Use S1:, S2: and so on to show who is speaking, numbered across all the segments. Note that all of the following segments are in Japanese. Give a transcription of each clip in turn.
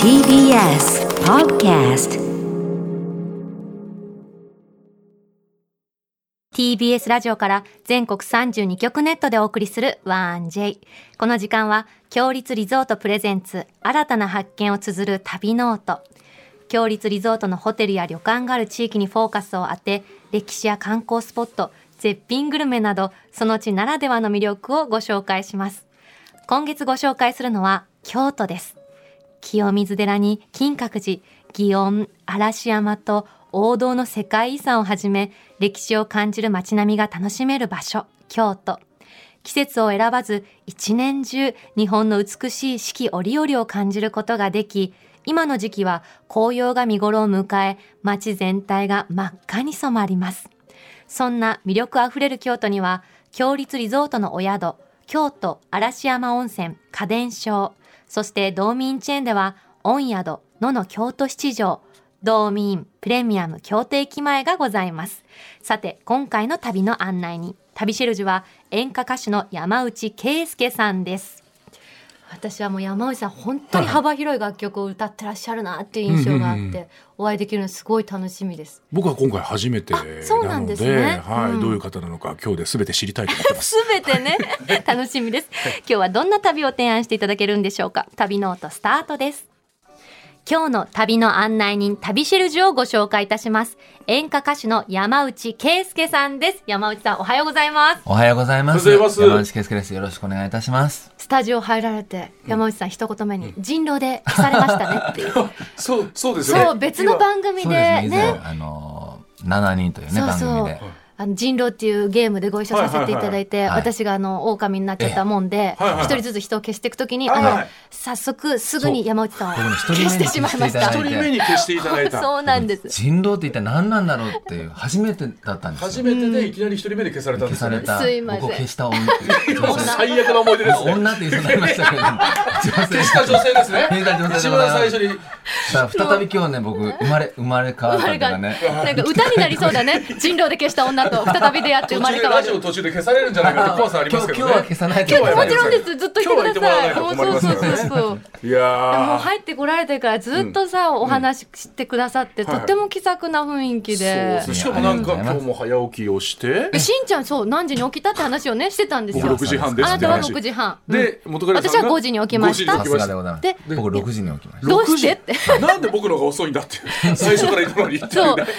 S1: TBS Podcast
S2: TBS ラジオから全国32局ネットでお送りする 1J この時間は強立リゾートプレゼンツ新たな発見を綴る旅ノート強立リゾートのホテルや旅館がある地域にフォーカスを当て歴史や観光スポット絶品グルメなどその地ならではの魅力をご紹介します今月ご紹介するのは京都です清水寺に金閣寺、祇園、嵐山と王道の世界遺産をはじめ、歴史を感じる街並みが楽しめる場所、京都。季節を選ばず、一年中、日本の美しい四季折々を感じることができ、今の時期は紅葉が見頃を迎え、街全体が真っ赤に染まります。そんな魅力あふれる京都には、強立リゾートのお宿、京都嵐山温泉家電商、そして道民チェーンでは、御宿、野の京都七条、道民プレミアム京都駅前がございます。さて、今回の旅の案内に、旅シェルジュは演歌歌手の山内圭介さんです。私はもう山内さん本当に幅広い楽曲を歌ってらっしゃるなっていう印象があ
S3: うん
S2: っ
S3: うんう
S2: てお会いできるのすごい楽しみです。
S3: 僕は今回初めてなので
S2: あそうなんですね
S3: はい
S2: うん
S3: どういう方なのか今日で全て知りたいと思ってます。
S2: すべてね楽しみです今日はどんな旅を提案していただけるんでしょうか旅ノートスタートです今日の旅の案内人旅シェルジュをご紹介いたします演歌歌手の山内圭介さんです山内さんおはようございます
S4: おはようございます。
S3: おはようございます
S4: 山内圭介です。よろしくお願いいたします。
S2: スタジオ入られて山内さん一言目に人狼で消されましたねっていう
S3: そうそうで
S2: そう別の番組で
S4: そうですね。
S2: ね
S4: 以前、あのー、7人というね、
S2: そう
S4: 番
S2: そう
S4: 組で。
S2: あの人狼っていうゲームでご一緒させていただいて、
S4: はいはいはい
S2: 私があの狼になっちゃったもんで、
S3: はいはいはい
S2: 一人ずつ人を消していくときに、
S3: はい
S2: あの
S3: はい
S2: 早速すぐに山内さんを
S4: 僕の一人目に
S2: 消してしまいまし
S4: 消
S2: た
S4: してい
S3: 一
S4: ただい。
S3: 人目に消していただいた。
S2: そうなんです。
S4: 人狼って一体何なんだろうっていう、初めてだったんです
S3: 初
S4: よ。
S3: めてでいきなり一人目で消されたんで
S4: 消
S3: す
S4: さ
S3: よね。
S4: れた、
S2: すいません
S4: 僕を消した女。
S3: もう最悪な思い出ですね。
S4: 女って言いそうになりましたけれども。
S3: 消した女性ですね。
S4: 消した女性
S3: 一
S4: でござい
S3: 番
S4: ま
S3: 最
S4: す
S3: 初に。
S4: さあ、再び今日ね、僕、生まれ、生まれ変わったというかね。
S2: なんか歌になりそうだね。人狼で消した女と再び出会って生
S3: 途
S2: ま
S3: 中
S2: れ
S3: で
S2: 変わ
S3: ラジオ
S2: る。
S3: 途中で消されるんじゃないかって怖さありますけど
S4: 今日今日は
S3: ね
S4: 消。さないと
S3: 今日は
S2: も
S3: 消
S2: ちろ
S3: さなんい
S2: です。ずっといてください。
S3: 今日
S2: も
S3: は言
S2: う
S3: ってもらわないと困り
S2: そうそう
S3: ますか
S2: そうそう。
S3: いや
S2: もう
S3: ー。
S2: 入ってこられてからずっとさ、お話ししてくださって、とっても気さくな雰囲気で。
S3: そうしかもなんか今日も早起きをして
S2: で、しんちゃんそう何時に起きたって話をねしてたんです
S3: 僕
S2: よ
S3: 6。時半です
S2: あ
S3: って
S2: なたは
S3: 話
S2: 6時半。
S3: で元彼さんが
S2: 私は5時に起きました
S3: 5時
S4: さ
S3: に起きまし
S4: すがで
S3: た
S4: ございます
S2: で。
S4: 僕、6時に起きました。
S2: どうしてって。
S3: なんで僕のが遅いんだっていう最初から言ったのに言って
S2: そう。
S3: る
S2: 山
S3: んで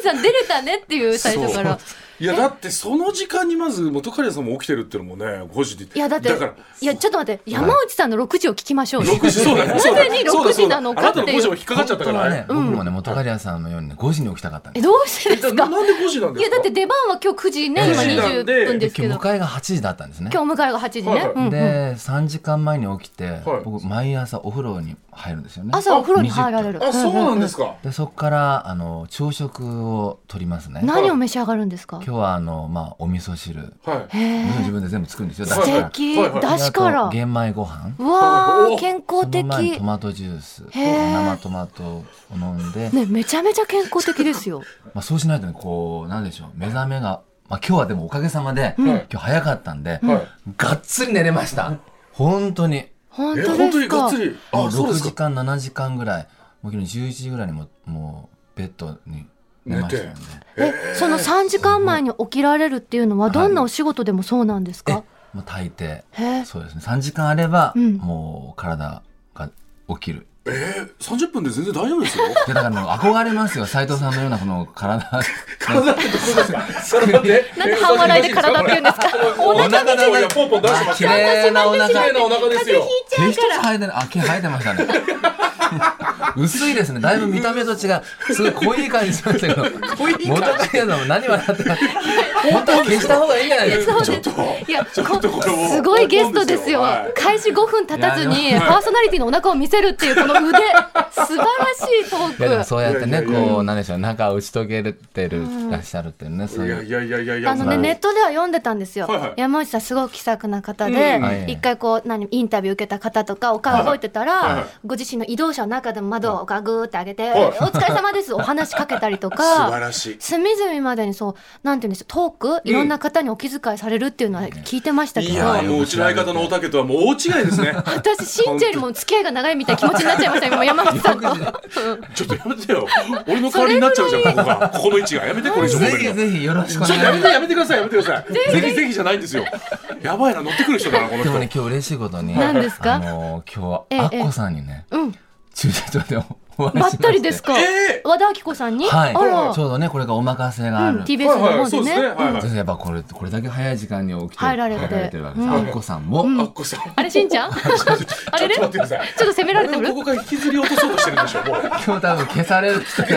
S2: 内さん出れたねっていう最初から。
S3: いやだってその時間にまず元カレさんも起きてるっていうのもね5時で
S2: いやだって
S3: から
S2: いやちょっと待って山内さんの6時を聞きましょうよ。
S3: 6時そうだ ね
S2: な
S3: そうだね
S2: ぜに
S3: そうだ
S2: 6
S3: そ
S2: 時
S3: うだ
S2: なのかっ
S3: あ
S2: て
S3: なたの5
S2: い
S3: 時を
S2: う。
S3: 引っかかっちゃったから
S4: 本
S3: あ
S4: 当
S3: れ
S4: はね、僕もね、元カリアさんのようにね、5時に起きたかったんで
S2: え
S4: す。
S2: どうしてです
S3: な
S2: か。
S3: なんで5時なん
S2: い
S3: です
S2: や
S3: か
S2: だって出番は今日9時ね今
S4: 9時
S3: なんで
S2: 20分ですけ
S4: 今日
S2: ど。
S4: 迎えが8時だったんですね。
S2: 今日迎えが8時
S3: はいはい
S2: ね。うん
S4: で、3時間前に起きて、
S3: はい
S4: 僕毎朝お風呂に入るんですよね
S2: 朝お風呂に入られる。
S3: あそうなんですか
S4: でそこからあの朝食を取りますね今
S2: 何を召し上がるんですか。
S4: 日はあの、まあ、お味噌汁
S3: はい
S2: へえ。
S4: 自分で全部作るんですよ
S2: 素
S4: だから
S2: 敵
S3: はいはい
S2: だしか
S4: であ
S2: ら
S4: と。玄米ご飯
S2: うわ
S3: お
S2: あ
S3: お
S2: 健
S4: そ
S2: 康
S4: の
S2: 的。
S4: 前にトマトジュース
S2: へー
S4: 生トマトを飲んで、
S2: ねめちゃめちゃ健康的です よ。
S4: まあ、そうしないとねこうなんでしょう目覚めが、まあ、今日はでもおかげさまで、
S3: ん
S4: 今日早かったんで、
S3: はい
S4: がっつり寝れました本当に
S2: 本
S3: え
S2: 当
S3: 本
S2: で
S3: 当
S2: す
S3: にが
S2: か
S3: っつ。り
S4: もう
S3: あそう
S4: 6
S3: です
S4: 時
S3: か
S4: 間7時間ぐらいもう昨日11時ぐらいにももうベッドに寝ましたよね
S3: 寝
S2: えその3時間前に起きられるっていうのはどんなお仕事でもそうなんですか。
S4: もう大抵
S2: へえ。
S4: そうですね3時間あれば、
S2: うん
S4: もう体が起きる
S3: えー30分で全然大丈夫で すよ
S4: でだからもう憧れますよ斎藤さんのようなこの体
S3: 体ってどこですか体って
S2: なんで半笑いで体って言うんですか。
S3: お腹の中にポンポン出してます
S4: 綺
S3: よ
S4: 麗なお
S3: 綺麗
S4: 腹
S3: なお腹ですよ
S4: 毛一つ生えてないあ毛生えてましたね 薄いですねだいぶ見た目と違うすごい濃い感じしましたけど濃い感じ元カレの何笑ってた本当は消した方がいいんじゃないですか
S2: そうです。いや、
S3: ちょっとこれもう
S2: すごいゲストですよ
S3: はい。
S2: 開始5分経たず
S4: い
S2: に、
S4: や
S2: パーソナリティのお腹を見せるっていう、この腕。素晴らしいト
S4: いやでも
S2: ー
S4: そうやってね
S3: いやいやいや
S4: こうなんでしょう中を打ち解けてるらっしゃるっていうねそう
S3: い
S4: い
S3: や
S4: う
S3: いやいやいやい
S2: ク。
S3: や
S2: あのね、ネットでは読んでたんですよ
S3: はいはい。
S2: 山内さん、すごく気さくな方で
S4: うん、
S2: 一回こう、何、インタビュー受けた方とか、お顔動いてた
S3: はいは
S2: ら
S3: い、
S2: ご自身の移動車の中でも窓がぐーって上げて、
S3: い
S2: お疲れ様です、お話しかけたりと
S3: 素晴
S2: か、
S3: らしい
S2: 隅々までにそう、なんて言うんでしょう、トーク、いろんな方にお気遣いされるっていうのは聞いてましたけ
S3: い
S2: ど、
S3: やーもううちの相方のおたけとはもう大違いですね
S2: 私、しんちゃんよりも付き合いが長いみたいな気持ちになっちゃいました、今、山口さんと。
S3: ちょっとやめてよ俺の代わりになっちゃうじゃんここがここの位置がやめてこれ以上
S4: ぜ
S3: 褒める
S4: ひ
S3: の
S4: ぜひよろしくお
S3: ちょ
S4: 願
S3: っと
S4: い
S3: やめ
S4: しま
S3: て
S4: す。
S3: やめてくださいやめてくださいぜひぜひじゃないんですよやばいな乗ってくる人だなこの
S4: でも
S3: 人
S4: ね、今日嬉しいことに。
S2: 何ですか
S4: あのー、今日は、
S2: ええ
S4: アッコさんにね、
S2: うん、
S4: 駐車場でお話しし
S2: ば
S4: ま
S2: っ
S4: して
S2: たりですか。
S3: え
S2: 和田アキ子さんに、
S4: はい。
S2: あら、
S4: ちょうどね、これがお任せがあ
S2: うん、
S4: る。
S3: え
S2: TBS
S3: はい
S2: の
S3: はい
S2: 方で
S3: そうで
S2: ね。
S3: すねはいはい
S4: 先生やっぱこれこれだけ早い時間に起きて
S2: 入られて
S4: るわけです、
S2: うん
S4: あっこさんも、
S3: あっこさん
S2: あれ、しんちゃんあれれ
S3: ち
S2: ち
S3: ょ
S2: ょ
S3: っ
S2: っ
S3: と待ってください
S2: と責められ
S3: 俺
S2: て
S3: の
S2: る
S3: ここから引きずり落とそうとしてるんでしょもう
S4: 今日多分消される人が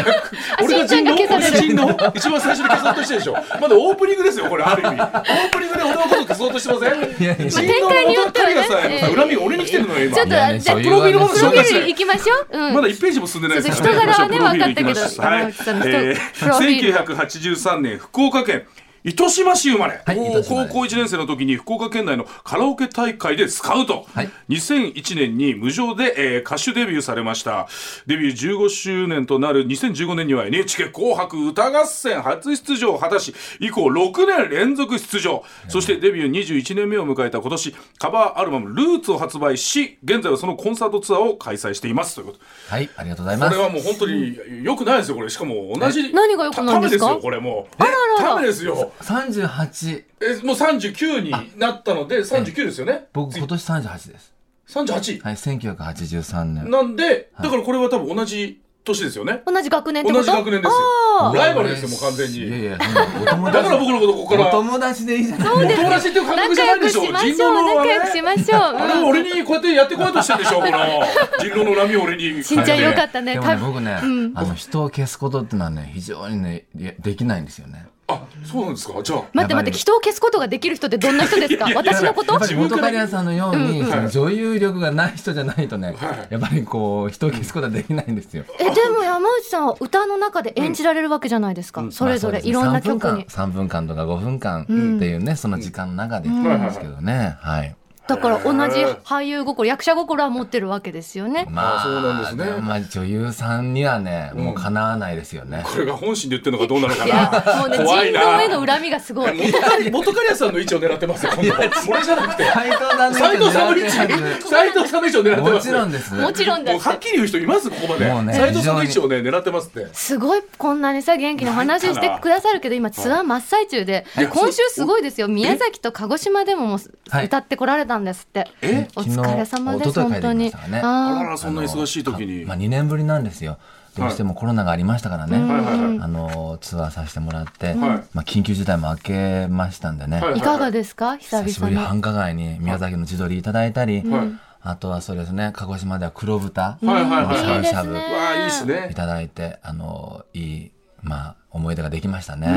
S2: あ、しんちゃんが消され
S3: 俺
S2: る。
S3: の人の一番最初に消そうとしてるでしょまだオープニングですよこれある意味オープニングで俺のこと消そうとしてま
S4: いや
S3: せ
S4: いや
S3: ん
S4: まあ
S2: 展開によってはね
S3: 人の元彼がさ恨みが俺に来てるのよ今
S2: ちょっと、
S4: いやね
S2: じゃあ、
S4: そう
S2: プ
S4: いう
S2: ロフィールも
S3: 話
S2: プロフィール行きましょう。うん。
S3: まだ1ページも進んでないです
S2: そうそう人柄はね
S3: 行きましょう
S2: 分かったけど
S3: プロフィール行き
S2: 山内さんの
S3: ましょうは
S2: 人
S3: い
S2: プロフィール
S3: えー1983年福岡県糸島市生まれ、
S4: はい
S3: おー
S4: 糸島です
S3: 高校1年生の時に福岡県内のカラオケ大会でスカウト、
S4: はい
S3: 2001年に無償で、えー歌手デビューされましたデビュー15周年となる2015年には NHK 紅白歌合戦初出場を果たし以降6年連続出場そしてデビュー21年目を迎えた今年カバーアルバム「ルーツを発売し現在はそのコンサートツアーを開催していますということ
S4: はいありがとうござい
S3: こ
S4: ま
S3: れ
S4: す
S3: はもう本当に良くないですよこれしかも同じ
S2: 何が良くないんですか
S3: たためですよこれもうあら
S2: らら
S3: ためですよ
S4: 38
S3: えもう39になったので39ですよね
S4: 僕
S3: 次
S4: 今年38です
S3: 38
S4: はい1983年
S3: なんでだからこれは多分同じ年ですよね
S2: 同じ学年ってこと
S3: 同じ学年ですよ
S2: あ
S3: ライバルですよもう完全
S4: いやい
S3: に
S4: やうんお友達
S3: だから僕のことここから
S4: お
S3: お
S4: 友達でいいじゃない
S3: 友達っていう
S2: ー
S3: 感覚じ
S2: 仲良
S3: ゃないで
S2: く
S3: しょ
S2: しまし
S3: 人
S2: ょう。
S3: 狼の
S2: 仲良く
S3: ね
S2: しましょう。
S3: あれ
S2: う
S3: も
S2: ん
S3: 俺にこうやってやってこようとしてるでしょこ の人狼の波を俺に
S2: しんちゃんよかったね。
S4: でも
S2: た
S4: ね僕ね、あの人を消すことってのはね非常にねいやできないんですよね
S3: あそうなんですかじゃあ
S2: 待って待
S4: やっぱ
S2: って、
S4: り
S2: 人を消すことができる人ってどんな人ですか
S3: いやいや
S2: 私のこと
S4: やっぱり元
S3: 自分か
S4: カ
S3: ら
S4: リアさんのように、その女優力がない人じゃないと
S3: は
S4: ね、
S3: い
S4: やっぱりこう人を消すことはできないんですよ、
S2: え、でも山内さんは歌の中で演じられるわけじゃないですか。それぞれいろんな曲に。
S4: 3分間とか5分間っていうね、その時間の中でですけどね、はい
S2: だから同じ俳優心、役者心は持ってるわけですよね。
S4: まあ
S3: そうなんですね
S4: まあ女優さんにはねもうかなわないですよね、
S3: これが本心で言ってるのかどうなのか
S2: いや
S3: な、
S2: もうね、人
S3: 怖
S2: 狼
S3: いな
S2: への恨みがすごい。
S3: 元カリ元カリアさんの位置を狙ってますよ今度これじゃなくて
S4: 斉藤 さん
S3: 斉藤さんの位置
S4: 狙ってるはず
S3: 斉藤さんの位置を狙って
S4: も
S3: ます
S4: ちろんです
S2: もちろんだ
S3: もう
S2: って
S3: はっきり言う人いますここまで
S4: もうね
S3: 斉藤さんの位置をね狙ってますって
S2: すごいこんなにさ元気な話してくださるけど今ツアー真っ最中で
S3: いや
S2: 今週すごいですよ宮崎と鹿児島でももう
S4: はい
S2: 歌ってこられたんですって
S3: え
S2: お疲れ様です
S4: 昨日
S2: 本当
S4: 一
S2: に
S4: 昨日帰ってきましたから
S3: あ
S4: ね
S3: ら
S2: あ
S3: らそんな忙しい時に
S4: あのまあ、2年ぶりなんですよどうしてもコロナがありましたからね、
S3: はいはいはい
S4: あのツアーさせてもらって、
S3: はい
S4: まあ、緊急事態も明けましたんでね、
S3: はい
S2: ーいかがですか久
S4: 久しぶり
S2: 々に
S4: 繁華街に宮崎の自撮りいただいたり、
S3: はい
S4: あとはそうですね鹿児島では黒豚
S3: はいはい
S4: のし
S3: は
S4: ゃ
S3: い
S4: ぶしゃぶ
S2: ね
S3: わあいいです
S4: い
S3: ね
S4: ただいてあのいい、まあ、思い出ができました
S3: う
S4: ね。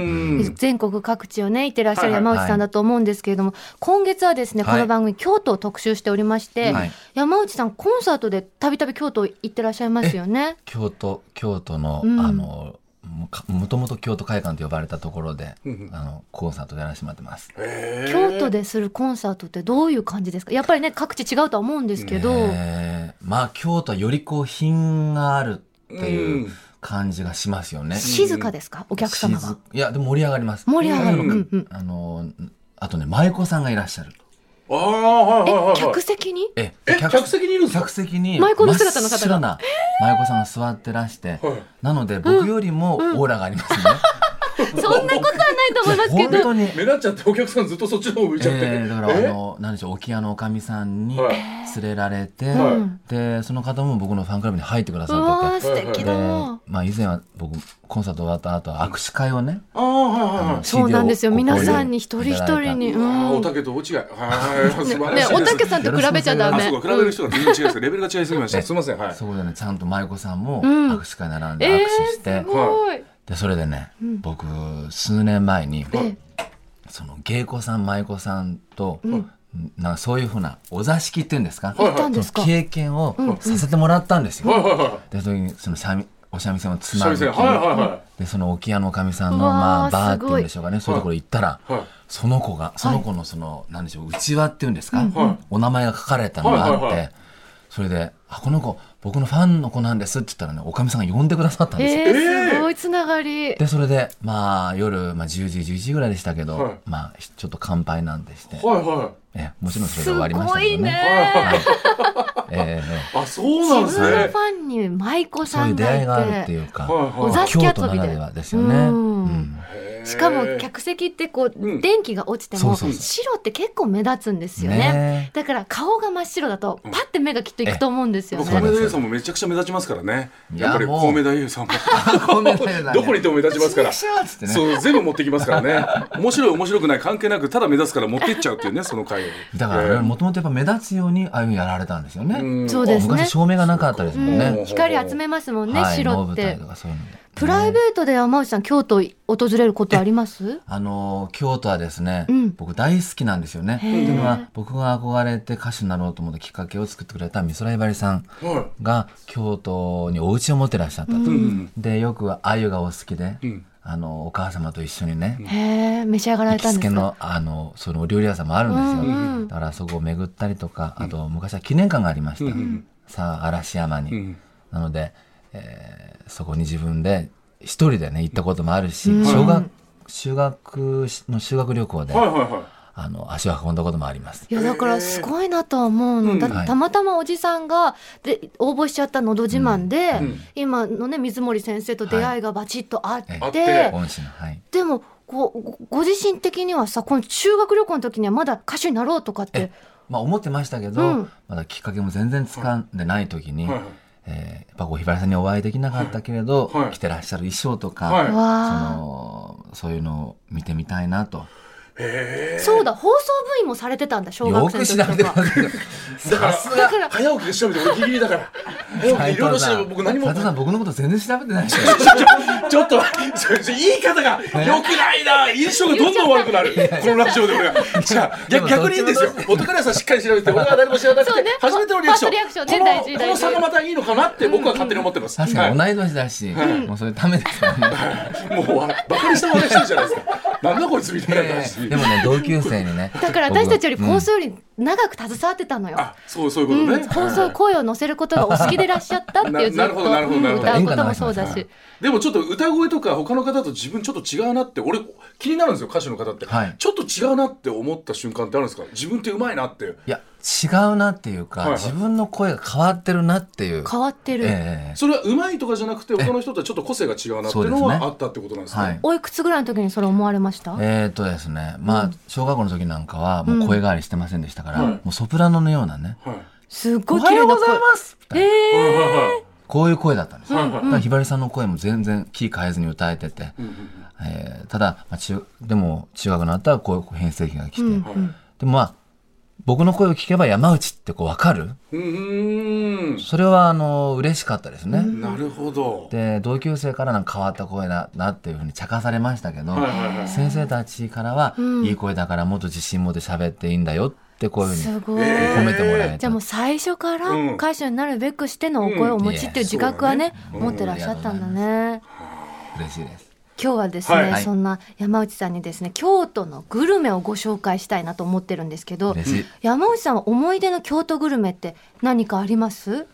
S3: ん
S2: 全国各地をね行ってらっしゃる山内さんだと思うんですけれども今月はですね
S4: はい
S2: この番組京都を特集しておりまして
S4: はい
S2: 山内さんコンサートでたびたび京都行ってらっしゃいますよね
S4: 京都京都の,、
S2: うん
S4: あのもかもともと京都会館と呼ばれたところで、
S3: うんうん
S4: あのコンサートでやらせてもらってます。
S3: えー
S2: 京都でするコンサートってどういう感じですかやっぱりね各地違うとは思うんですけど、
S4: えーまあ京都はよりこう品があるっていううん感じがしますよね。
S2: 静かですかお客様
S4: 静
S2: が
S4: いやでも盛り上がります。
S2: 盛り上がる、
S3: う
S2: うんんうん、
S4: あのあとね舞妓さんがいらっしゃる。
S3: ああはい
S2: え
S3: はいはいは
S2: 客
S3: い
S2: 席に
S4: え
S3: え客席にいるんですか
S4: 客席に
S2: 舞妓の姿の方が
S4: 真っ白な舞妓さんが座ってらして、
S3: はい
S4: なので僕よりもオーラがありますね、
S2: そんなことはない と思いますけ
S4: 本
S2: ど
S4: 当に、
S3: 目立っちゃってお客さんずっとそっちの方向いちゃって
S4: えー、だからあ
S3: え
S4: の何でしょう沖屋のおかみさんに
S3: はい
S4: 連れられて、
S3: は
S4: でその方も僕のファンクラブに入ってくだ
S2: う
S4: さ
S2: わ
S4: って
S2: ー
S4: て。
S2: 素敵だ
S4: で
S2: な、
S4: まあ、以前は僕コンサート終わった後は握手会をね、
S3: ああはいはいはい
S2: そうなんですよ皆さんに一人一人に、う
S3: あーお
S2: ん、
S3: たけと大違いはい素晴
S2: ね
S3: らしい
S2: お
S3: です
S2: たけさんと比べちゃダ
S3: あ
S2: メ
S3: そうか比べる人が全然違いですレベルが違いすぎましたすいませんはい
S4: そこでねちゃんと舞妓さんも
S2: ん
S4: 握手会並んで
S2: え
S4: 握
S2: ー
S4: 手して、
S2: すごい、
S4: でそれでね、僕数年前に
S2: え
S4: その芸妓さん舞妓さんと、なんかそういうふうなお座敷っていうんですか、
S2: 行ったんですか
S4: その経験をさせてもらったんですよ。
S3: はいはいはい
S4: でその時にその三味お三味線をつま
S3: 久
S4: むき、
S3: 々にはいはいは
S4: でその沖屋のおかみさんの
S2: うわー
S4: まあ、バーっ
S2: す
S4: て
S2: ごい
S4: いうんでしょうかねそういうところ行ったら、
S3: はい
S4: その子がその子のその、なんでしょううちわっていうんですか、
S3: はい
S4: お名前が書かれたのがあっ
S3: は
S4: て、
S3: いはいは
S4: それで「あこの子僕のファンの子なんです」って言ったらねおかみさんが呼んでくださったんですよ。
S2: えー、すごいつながり。
S4: でそれでまあ夜、まあ、10時11時ぐらいでしたけど、
S3: はい
S4: まあちょっと乾杯なんてして、
S3: はいは
S4: えもちろんそれです終わりまし
S2: ご
S4: たけ
S2: い
S4: ど
S3: い。
S4: ね。
S2: ね。
S3: はいはい。
S4: えええ
S3: あ、そうなんで
S2: 自
S3: す
S2: 分の
S3: ね
S2: フ。ァンに舞子
S4: えそう
S2: さ
S4: いうん出
S2: が
S4: 会いがある
S2: い
S4: って
S2: て。
S4: いうか、
S3: はい
S2: お座敷
S4: 京
S2: 遊
S4: 都な
S2: び
S4: ら
S2: で
S4: で。はですよね。
S2: うん
S4: うん
S3: へー
S2: しかも客席ってこう、
S3: うん
S2: 電気が落ちて
S4: そう
S2: も
S4: そうそう
S2: 白って結構目立つんですよね
S4: ね
S2: だから顔が真っ白だとパッて目がきっといくと思うんですよ
S3: 小
S2: ね、
S3: 梅太夫さんもめちゃくちゃ目立ちますからね。
S4: いや
S3: やっぱり
S4: もう
S3: 小梅太夫 さんも。
S4: ごめんなさいね
S3: どこにいても目立ちますから。
S4: シャーっつってね
S3: そう全部持ってきますからね面白い面白くない関係なくただ目指すから持ってっちゃうっていうねその回を
S4: だからね、もともとやっぱ目立つようにああいうのやられたんですよね。
S3: うん
S2: そうですね
S4: 昔照明がなかったですもん
S2: う
S4: ね
S2: ん、。光集めますもんね、
S4: はい、
S2: 白
S4: 能
S2: っ
S4: 舞
S2: て
S4: 台とかそういうので。
S2: プライベートで山内さん京都訪れることあります
S4: あのー京都はですね、
S2: うん
S4: 僕大好きなんですよね。と
S2: へー
S4: いうのは僕が憧れて歌手になろうと思ったきっかけを作ってくれた美空ひばりさん
S3: は
S4: が京都にお家を持ってらっしゃったと、
S3: いうん
S4: でよく鮎がお好きで、
S3: うん
S4: あのお母様と一緒にね、
S2: へえ召し上がら
S4: 行
S2: れ
S4: き
S2: たん
S4: つ
S2: で
S4: け
S2: すか
S4: のあのそのお料理屋さんもあるんですよ、
S2: うんうん
S4: だからそこを巡ったりとかあと昔は記念館がありました、
S3: うん
S4: さあ嵐山に、
S3: うん
S4: なので、えーそこに自分で一人でね行ったこともあるし、
S2: うん
S4: 小学修学しの修学旅行で、
S3: はいはいはい
S4: あの足を運んだこともあります
S2: いやだからすごいなとは思うの、
S3: うん
S2: だ
S4: はい
S2: たまたまおじさんがで応募しちゃった「のど自慢で」
S3: うんうん
S2: 今のね水森先生と出会いがバチッとあって、
S4: はい
S3: あって
S4: 恩師のはい
S2: でもこうごご自身的にはさこの修学旅行の時にはまだ歌手になろうとかって
S4: まあ思ってましたけど、
S2: うん
S4: まだきっかけも全然つかんでない時に、
S3: はい
S4: えーやっぱこうひばりさんにお会いできなかったけれど、
S3: はいはい
S4: 着てらっしゃる衣装とか、
S3: はい
S4: そ
S2: わあ
S4: のそういうのを見てみたいなと
S3: へー
S2: そうだ放送部員もされてたんだ小
S4: よ
S2: 学生
S4: く
S2: の
S4: 調
S2: 時
S4: べて
S2: とか
S4: ますねさすが
S3: 早起きで調べて俺ギリギリだから早起きいろいろ調べ僕何も
S4: 斉藤さん僕のこと全然調べてないでしょ
S3: ちょっとそれ言い方が良くないな印象がどんどん悪くなるこのラジオで俺がじゃあ
S4: でも
S3: 逆逆にいいんですよ男らさんしっかり調べて俺は誰も知らなく
S2: そう
S3: て
S2: ね
S3: 初めてのリアクション
S2: ファーストリアクションね大事
S3: このこの差がまたいいのかなって僕は勝手に思ってます
S4: 確か
S3: はい
S4: に同い年だし、もうそれためですよね
S3: もう笑バカにした話してるじゃないですか。なんだこいつみたいな話。
S4: でもね同級生にね
S2: だから私たちより
S4: 僕う
S2: 放
S4: ん
S2: 送より長く携わってたのよ、
S3: あ、そうそういううこと
S2: ん、
S3: ね。
S2: 放送声を乗せることがお好きでいらっしゃったっていうず
S3: な
S2: っ
S3: な
S2: と
S3: るほどなるほどなるほど
S2: 歌うこともそうだし、
S3: でもちょっと歌声とか他の方と自分ちょっと違うなって俺気になるんですよ歌手の方って、
S4: はい
S3: ちょっと違うなって思った瞬間ってあるんですか自分ってうまいなって
S4: いや違うなっていうか、
S3: はいはい
S4: 自分の声が変わってるなっていう
S2: 変わってる、
S4: ええ
S3: それはうまいとかじゃなくて他の人とはちょっと個性が違うなっていうの
S4: そうです
S3: は
S4: ね
S3: あったってことなんですね
S4: はい
S2: おいくつぐらいの時にそれ思われました、
S4: えー、とですねまあ小学校の時なんかはもう声変わりしてませんでした
S3: うん
S4: から、もうソプラノのようなね
S3: はい
S2: すっ
S4: 「お
S2: ごい綺
S4: はよ
S2: 麗な
S4: うご
S2: 声
S4: ざいます!」みたいな
S2: え
S3: はいはいはい
S4: こういう声だったんですよ、
S3: はいはい
S4: だからひばりさんの声も全然キー変えずに歌えてて、えーただ、まあ、中でも中学の後はこう変声期が来て、
S2: うん
S3: はい
S4: でもまあ僕の声を聞けば山内ってこう分かる
S3: うーん
S4: それはあの嬉しかったですね、
S3: なるほど
S4: で同級生からなんか変わった声だなっていうふうに茶化されましたけど、
S3: はいはいはい
S4: 先生たちからは、
S2: うん
S4: いい声だからもっと自信持って喋っていいんだよってこういうふう
S2: す
S4: に
S2: ごい、
S3: え
S4: 褒めてもらえた、
S2: じゃあもう最初から
S3: うん
S2: 歌手になるべくしてのお声をお持ちっていう自覚はね、
S3: うん
S2: 持ってらっしゃったんだね。
S4: 嬉しいです。
S2: 今日はですね、
S3: はい
S2: そんな山内さんにですね京都のグルメをご紹介したいなと思ってるんですけど
S4: 嬉しい
S2: 山内さんは思い出の京都グルメって何かあります、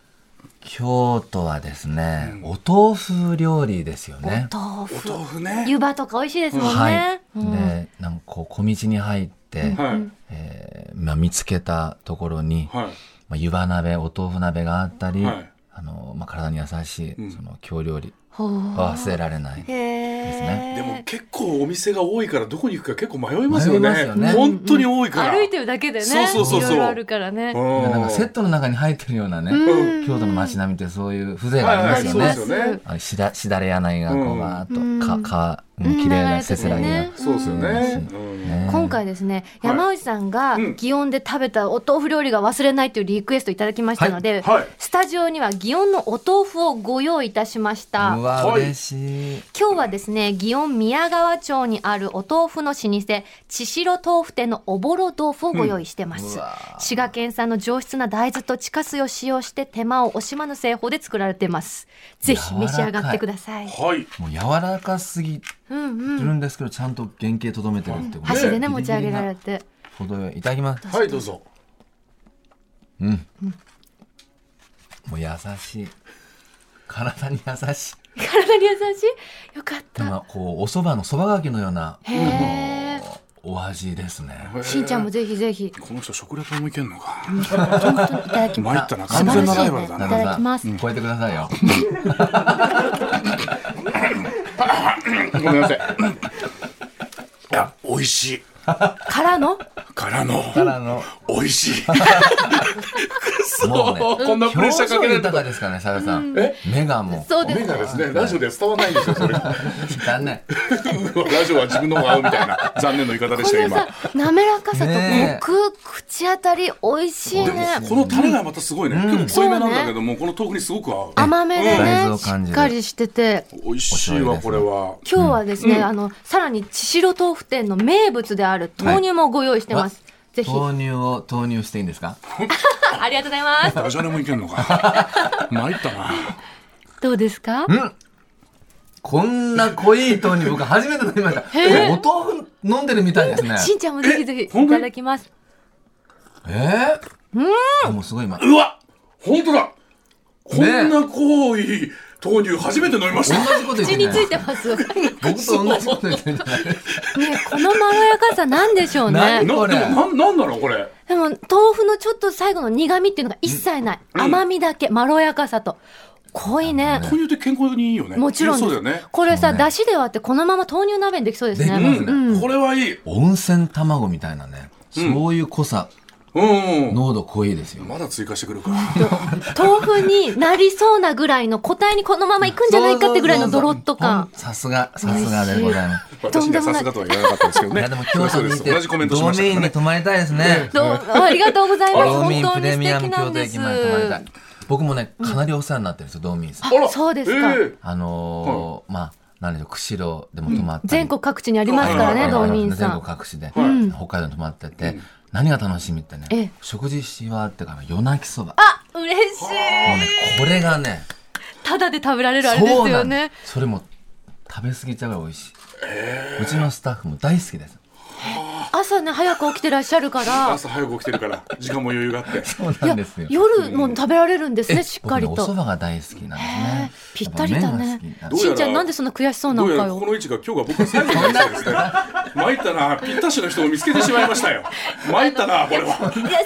S4: 京都はですね、お豆腐料理ですよね。
S2: お豆
S3: お
S2: 腐
S3: 豆腐ね
S2: 湯葉とか美味しいですもんね、
S4: はい。
S2: うん
S4: で、なんかこう小道に入って、
S3: はい
S4: えーまあ見つけたところに、
S3: はい
S4: まあ湯葉鍋、お豆腐鍋があったり、
S3: はい
S4: あのまあ体に優しい、
S3: ん
S4: その京料理
S2: ほう
S4: は忘れられない。
S2: へ
S4: すね
S3: でも
S2: え
S3: 結構お店が多いからどこに行くか結構迷いますよ
S4: 迷います
S3: ね。
S4: よね
S3: 本当に多いから。
S2: 歩いてるだけでね
S3: そうそうそうそう
S2: ろいろあるからね
S3: うん
S4: なんかセットの中に入ってるようなね、
S2: うん
S4: 京都の街並みってそういう風情がありますよね。
S3: はいはいそうですよね
S4: あのしだしだれ柳がこ
S3: う
S4: うんわ
S2: うん
S4: ーっとかか、う
S2: うん
S4: ん、綺麗
S2: 流
S4: な
S2: れ
S4: せ
S2: ててね
S4: せらぎが、
S3: そうですよね。
S4: う
S3: うん
S4: ね
S2: 今回ですね、
S3: はい
S2: 山内さんが
S3: うん
S2: 祇園で食べたお豆腐料理が忘れないというリクエストいただきましたので、
S3: はいはい
S2: スタジオには祇園のお豆腐をご用意いたしました
S4: うわ
S3: はい
S4: 嬉しい。
S2: 今日はですね祇園宮川町にあるお豆腐の老舗千代豆腐店のおぼろ豆腐をご用意してます、
S4: うんうわ
S2: 滋賀県産の上質な大豆と地下水を使用して手間を惜しまぬ製法で作られてますぜひ召し上がってください
S3: はい。
S4: もう柔らかすぎ
S2: うんうん
S4: るんですけど、ちゃんと原型とどめてるってこと
S2: 箸でね
S4: ギ
S2: 持
S4: リギ
S2: ち
S4: リ
S2: 上げられて
S4: な程よいいただきます。
S3: はい、どうぞ。
S4: うん。う優しい体に優しい
S2: 体に優しいよかっ
S4: で
S2: た
S4: もこうお蕎麦の蕎麦がきのような
S2: へえ
S4: お味ですね
S2: しんちゃんもぜひぜひ
S3: この人食レポもいけんのか
S2: 本当にいただきま
S3: 参ったな
S2: 素
S3: 完
S2: 晴ら
S3: 全な
S2: しい
S3: ラ
S2: ね
S3: イバル
S2: い
S3: だ
S2: た
S3: な
S2: だきます
S4: 超えてくださいよ
S3: ごめんなさいいや美味しい
S2: からの
S3: からの
S4: からの
S3: 美味しい
S4: もうね
S3: こんなプレッシャーかけられた
S4: 豊かですからねさよさん
S3: え
S4: 目がもう
S2: そうです
S3: 目がですねラジオでは伝わらないんですよ それラ
S4: 残念
S3: ジオは自分の方が合うみたいな残念の言い方でした
S2: この
S3: 今
S2: さ滑らかさと
S4: ねえ
S2: コク、口当たり美味しい
S4: 美味
S2: ね
S4: しい
S3: このタレがまたすごいね、結構濃いめなんだけども、この豆腐にすごく合う
S2: 甘めで
S4: 大豆
S2: ね
S4: を感
S2: し
S4: じ
S2: っ
S4: る
S2: かりしてて
S3: 美味しいわこれは
S2: 今日はですね、あのさらに千代豆腐店の名物である豆乳もご用意してます、ぜひ
S4: 豆乳を投入していいんですか
S2: あありがとうございます
S3: ダジャレもいけんのか 参ったな
S2: どうですか
S4: うんこんな濃い豆乳僕初めて飲みました
S2: へえ
S4: お豆腐飲んでるみたいですね
S2: しんちゃんもぜひぜひい
S3: 本当に
S2: ただきます
S4: えー、もうすごい今
S3: うわ本当だこん
S4: ね
S3: な濃い豆乳初めて飲みました、
S4: 同じこと言っ
S2: 口
S4: てんじ
S2: に
S4: ゃ
S2: つ
S4: ない
S2: いてます ね
S4: 僕と同じこと言ってんじゃない
S2: このまろやかさなんでしょう
S4: な
S2: ね
S4: いこ
S3: な
S4: れ
S3: でもなんなんだろうこれ
S2: でも豆腐のちょっと最後の苦味っていうのが一切ない、甘みだけまろやかさと濃いね
S3: 豆乳って健康にいいよね
S2: もちろん
S3: そう
S2: で
S3: だ
S2: す
S3: よね
S2: これさ、
S4: そうね
S2: だしで割ってこのまま豆乳鍋にできそうですね
S4: できますね
S2: うん
S3: これはいい
S4: 温泉卵みたいなね、そういう濃さ
S3: うん、
S4: 濃度濃いですよ
S3: まだ追加してくるか
S2: 豆腐になりそうなぐらいの個体にこのままいくんじゃないかってぐらいのドロッと感
S4: さすがさすがでございます
S2: と
S3: 私
S2: ん
S3: に
S2: で
S3: は
S2: もな
S3: さ
S2: い
S3: すがとは言わなかったんですけど
S4: い
S3: ね
S4: やでも
S3: そ
S4: 京
S3: う
S4: 都
S3: で
S4: に
S3: す
S4: いて
S3: 同じコメントし
S4: ド
S3: ました
S4: メイ
S3: け
S4: ン
S3: ど
S4: に
S3: ね
S4: 泊まりたいですね
S2: どうもありがとうござい ます
S4: ドー
S2: 本
S4: ミン
S2: 当
S4: プ
S2: に
S4: レ
S2: 素
S4: ミアム
S2: 敵な
S4: 京
S2: ん
S4: 都
S2: で
S4: 駅
S2: す
S4: 前に泊まりたい僕もねかなりお世話になってるんですよドーミンさん
S3: あら
S2: そうですか
S3: ええ
S4: あのーまあなんでしょう釧路でも泊まったり
S2: 全国各地にありますから
S4: はい
S2: ね道民
S4: 全
S2: さ
S4: 国
S2: ん
S4: 各地で北
S3: ん
S4: 海道に泊まってて何が楽しみって
S2: え
S4: ね
S2: え
S4: 食事し終わってから夜泣きそばも
S2: あ嬉しいう
S4: ねこれがね
S2: ただで食べられるあれです
S4: そう
S2: よ
S4: なんで
S2: ね
S4: すそれも食べ過ぎちゃうぐらい美味しいうちのスタッフも大好きです
S2: 朝ね早く起きてらっしゃるから
S3: 朝早く起きてるから時間も余裕があって
S4: そう
S2: い
S4: な
S2: や
S4: んですよ
S2: 夜も食べられるんですねしっかり
S4: 僕ねお
S2: と
S4: 蕎麦が大好きなんですね
S2: ぴったりだね
S4: やっぱ麺が好きなん
S3: ど
S4: で
S3: うや
S4: す
S2: し
S3: ら
S2: んちゃんなんでそんな悔しそうな
S3: ど
S2: の
S3: うや
S2: から
S3: ここ
S2: よ
S3: の位置が今日が僕は最後の位置ですね参ったなぴったしの人を見つけてしまいましたよ参ったなこれは
S2: いやそんなことない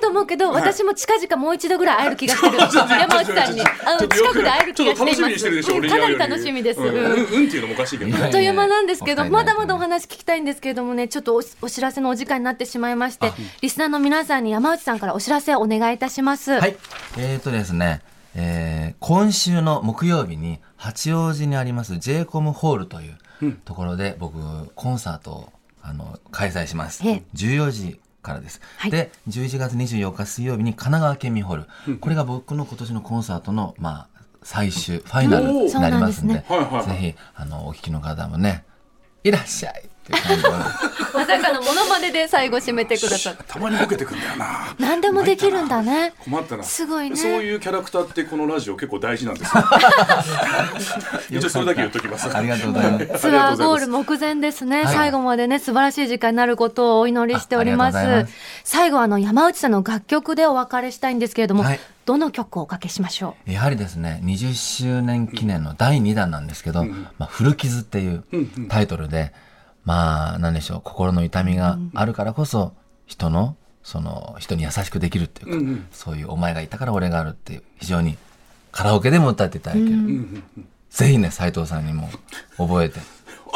S2: と思うけど私も近々もう一度ぐらい会える気が してる山内さんにあの近くで会える気
S3: ちょ
S2: が
S3: っと楽しみに
S2: し
S3: してる
S2: てい
S3: でしょ
S2: ます
S3: 俺
S2: かなり楽しみです
S3: うん
S2: うん
S3: うんうんっていうのもおかしいけど
S4: いや
S2: あっ
S4: い
S2: と
S4: や
S2: いう間なんですけど、
S4: もっ
S2: ま
S4: たい
S2: だ
S4: な
S2: ま
S4: い
S2: だお話聞きたいんですけれどもね、ちょっとおお知らせのお時間になってしまいまして、リスナーの皆さんに山内さんからお知らせをお願いいたします。
S4: はい。えーとですね、えー今週の木曜日に八王子にあります JCOM ホールというところで僕、コンサートをあの開催します。
S2: ええ
S4: 14時からです、
S2: はい
S4: で11月24日水曜日に神奈川県民ホール、これが僕の今年のコンサートの、まあ、最終ファイナルになりますんで
S3: そうなんですねはいはいはい
S4: ぜひあのお聞きの方もねいらっしゃいっていう感じで
S2: まさかのモノマネで最後締めてくださって。
S3: たまにボケてくんだよな
S2: 何でもできるんだね。
S3: 困ったな
S2: すごいね
S3: そういうキャラクターってこのラジオ結構大事なん ですよ一応それだけ言っときます
S4: ありがとうございます。
S2: ツアーゴール
S3: も
S2: 目前ですね。
S4: はい
S2: 最後までね、素晴らしい時間になることをお祈りしております。
S4: あありがとうござい
S2: 最後、あの、山内さんの楽曲でお別れしたいんですけれども、
S4: はい
S2: どの曲をおかけしましょ。
S4: やはりですね20周年記念の第2弾なんですけど「まあ、古傷」っていうタイトルで、まあ何でしょう心の痛みがあるからこそ人のその人に優しくできるっていうか、
S3: うんうん
S4: そういう「お前がいたから俺がある」っていう非常にカラオケでも歌っていただける、ぜひね斉藤さんにも覚えて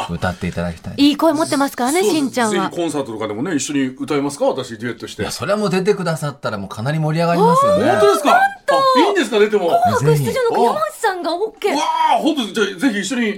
S4: 歌っていただきたいう
S2: いい声持ってますからね、しんちゃん
S3: ぜ
S2: は
S3: ひ。コンサートとかでもね一緒に歌いますか私デュエットして
S4: いやそれはもう出てくださったらもうかなり盛り上がりますよね。
S3: 本当ですかあいいんですか出てもわ
S2: 出場の山内さんが OK。
S3: あ本当じゃあぜひ一緒にね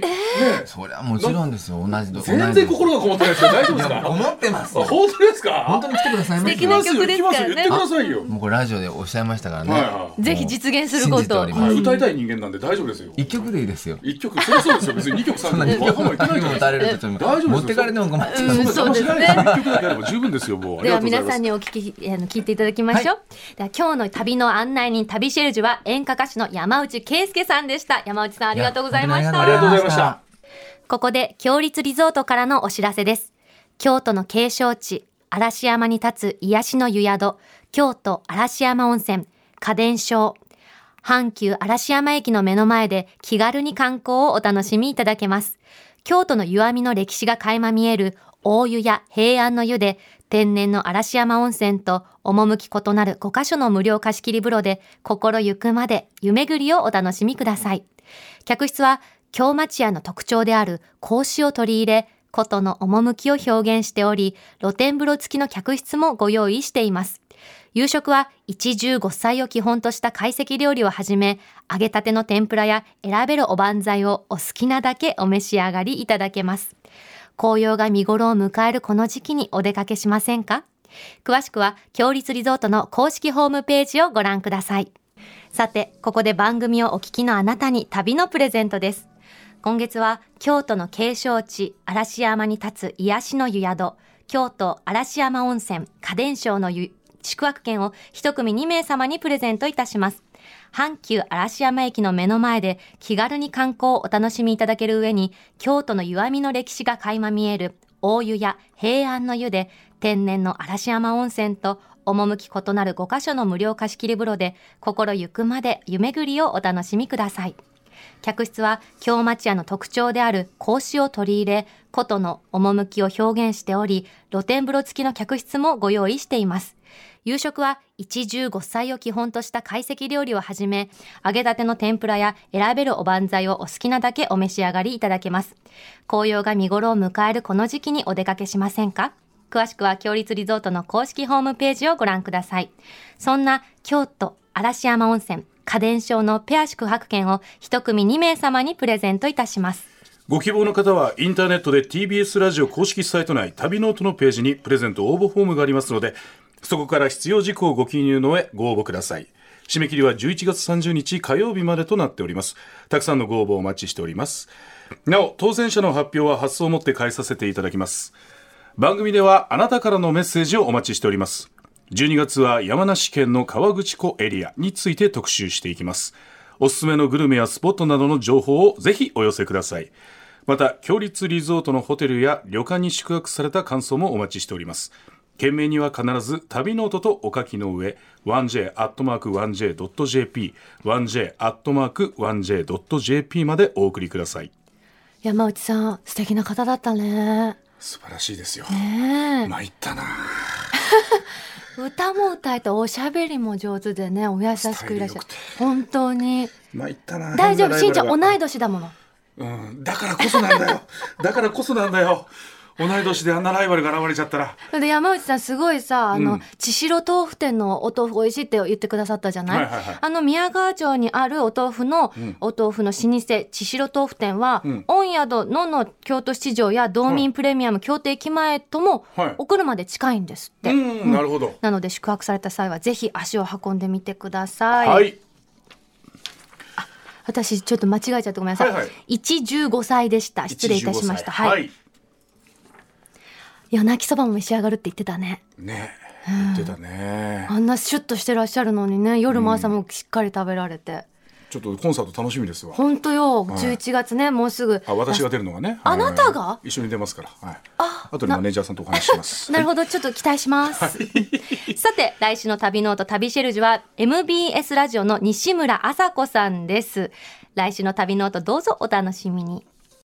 S4: それはもちろんですよ同じ同じ
S3: 全然心がこもってないですけど大丈夫ですか
S4: 思ってますよ。
S3: 本当ですか
S4: 本当に来てくださいまし
S2: 素
S4: た
S2: 敵な曲ですからね
S3: 行きますよ行ってくださいよ。
S4: もうこれラジオでおっしゃいましたからね。
S3: はいはい
S2: ぜひ実現することを
S4: 信じており
S3: は
S4: ま
S3: い
S4: す。
S3: 歌いたい人間なんで大丈夫ですよ。
S4: 一曲でいいですよ。
S3: 一曲、そりゃそうですよ。別に二曲
S4: そんな
S3: 三
S4: に
S3: 曲
S4: 曲
S3: わかんないけないじゃないで
S4: も打
S3: す
S4: たれるとちょっと
S3: 大丈夫ですよ
S4: 持ってかれても困っちゃ
S2: う
S4: う。
S2: ん
S3: か。
S2: そうですね
S3: 一曲だけあれば十分ですよ。もうあり
S2: で
S3: が
S2: は
S3: とうござ
S2: 皆
S3: いま
S2: さ
S3: す
S2: ん。にお聞き、あの、聞いていただきましょう。では今日の旅の案内人、旅シェルジュは演歌歌手の山内圭介さんでした。山内さんありがとうございまし
S4: や
S2: た。
S4: 本当に
S3: ありがとうございました。
S5: ここで、強立リゾートからのお知らせです。京都の景勝地、嵐山に立つ癒しの湯宿、京都嵐山温泉、家電商。
S2: 阪急嵐山駅の目の前で気軽に観光をお楽しみいただけます。京都の湯あみの歴史が垣間見える大湯や平安の湯で、天然の嵐山温泉と趣異なる5カ所の無料貸し切り風呂で心ゆくまで湯巡りをお楽しみください。客室は京町屋の特徴である格子を取り入れ、琴の趣を表現しており、露天風呂付きの客室もご用意しています。夕食は一汁五菜を基本とした懐石料理をはじめ、揚げたての天ぷらや選べるおばんざいをお好きなだけお召し上がりいただけます。紅葉が見頃を迎えるこの時期にお出かけしませんか詳しくは、強立リゾートの公式ホームページをご覧ください。さて、ここで番組をお聞きのあなたに旅のプレゼントです。今月は京都の景勝地、嵐山に立つ癒しの湯宿、京都嵐山温泉家電商の湯宿泊券を一組2名様にプレゼントいたします。阪急嵐山駅の目の前で気軽に観光をお楽しみいただける上に、京都の湯あみの歴史が垣間見える大湯や平安の湯で天然の嵐山温泉と趣異なる5カ所の無料貸し切り風呂で心ゆくまで夢ぐりをお楽しみください。客室は京町屋の特徴である格子を取り入れ、琴の趣を表現しており、露天風呂付きの客室もご用意しています。夕食は一汁五菜を基本とした懐石料理をはじめ、揚げたての天ぷらや選べるおばんざいをお好きなだけお召し上がりいただけます。紅葉が見頃を迎えるこの時期にお出かけしませんか詳しくは強立リゾートの公式ホームページをご覧ください。そんな京都嵐山温泉家電商のペア宿泊券を一組2名様にプレゼントいたします。
S3: ご希望の方はインターネットで TBS ラジオ公式サイト内旅ノートのページにプレゼント応募フォームがありますのでそこから必要事項をご記入の上ご応募ください締め切りは11月30日火曜日までとなっておりますたくさんのご応募をお待ちしておりますなお当選者の発表は発送をもって返させていただきます番組ではあなたからのメッセージをお待ちしております12月は山梨県の河口湖エリアについて特集していきますおすすめのグルメやスポットなどの情報をぜひお寄せくださいまた強立リゾートのホテルや旅館に宿泊された感想もお待ちしております件名には必ず旅ノートとお書きの上 1j.1j.jp 1j.1j.jp までお送りください
S6: 山内さん素敵な方だったね
S3: 素晴らしいですよ
S6: ね
S3: 参ったな
S6: え歌も歌えておしゃべりも上手でねお優しくいらっしゃる
S3: スタイル
S6: 本当に
S3: 参ったな
S6: 大丈夫しんちゃん同い年だもの
S3: うん、だからこそなん だよだからこそなんだよ同い年であんなライバルが現れちゃったら
S6: で山内さんすごいさあの、
S3: うん
S6: 千代豆腐店のお豆腐美味しいって言ってくださったじゃない,、
S3: はいはいはい
S6: あの宮川町にあるお豆腐の、
S3: ん
S6: お豆腐の老舗千代豆腐店は、
S3: ん
S6: 御宿のの京都市場や道民プレミアム京都駅前とも、
S3: はい
S6: お車で近いんですって、
S3: うん、なるほど
S6: なので宿泊された際はぜひ足を運んでみてください、
S3: はい
S6: 私ちょっと間違えちゃってごめんなさい、
S3: はいはい
S6: 一十五歳でした失礼いたしました
S3: 15歳
S6: はい、夜泣きそばも召し上がるって言ってたね
S3: ね言ってたね
S6: あんなシュッとしてらっしゃるのにね夜も朝もしっかり食べられて、
S3: ちょっとコンサート楽しみですわ
S6: 本当よ、
S3: い
S6: 11月ね、もうすぐ。
S3: あ私が出るのがね
S6: あ
S3: はい
S6: あなたが
S3: 一緒に出ますからはいあとでマネージャーさんとお話しします
S6: なるほど、ちょっと期待します。
S2: さて、来週の旅ノート旅シェルジュは MBS ラジオの西村麻子さんです。来週の旅ノートどうぞお楽しみに。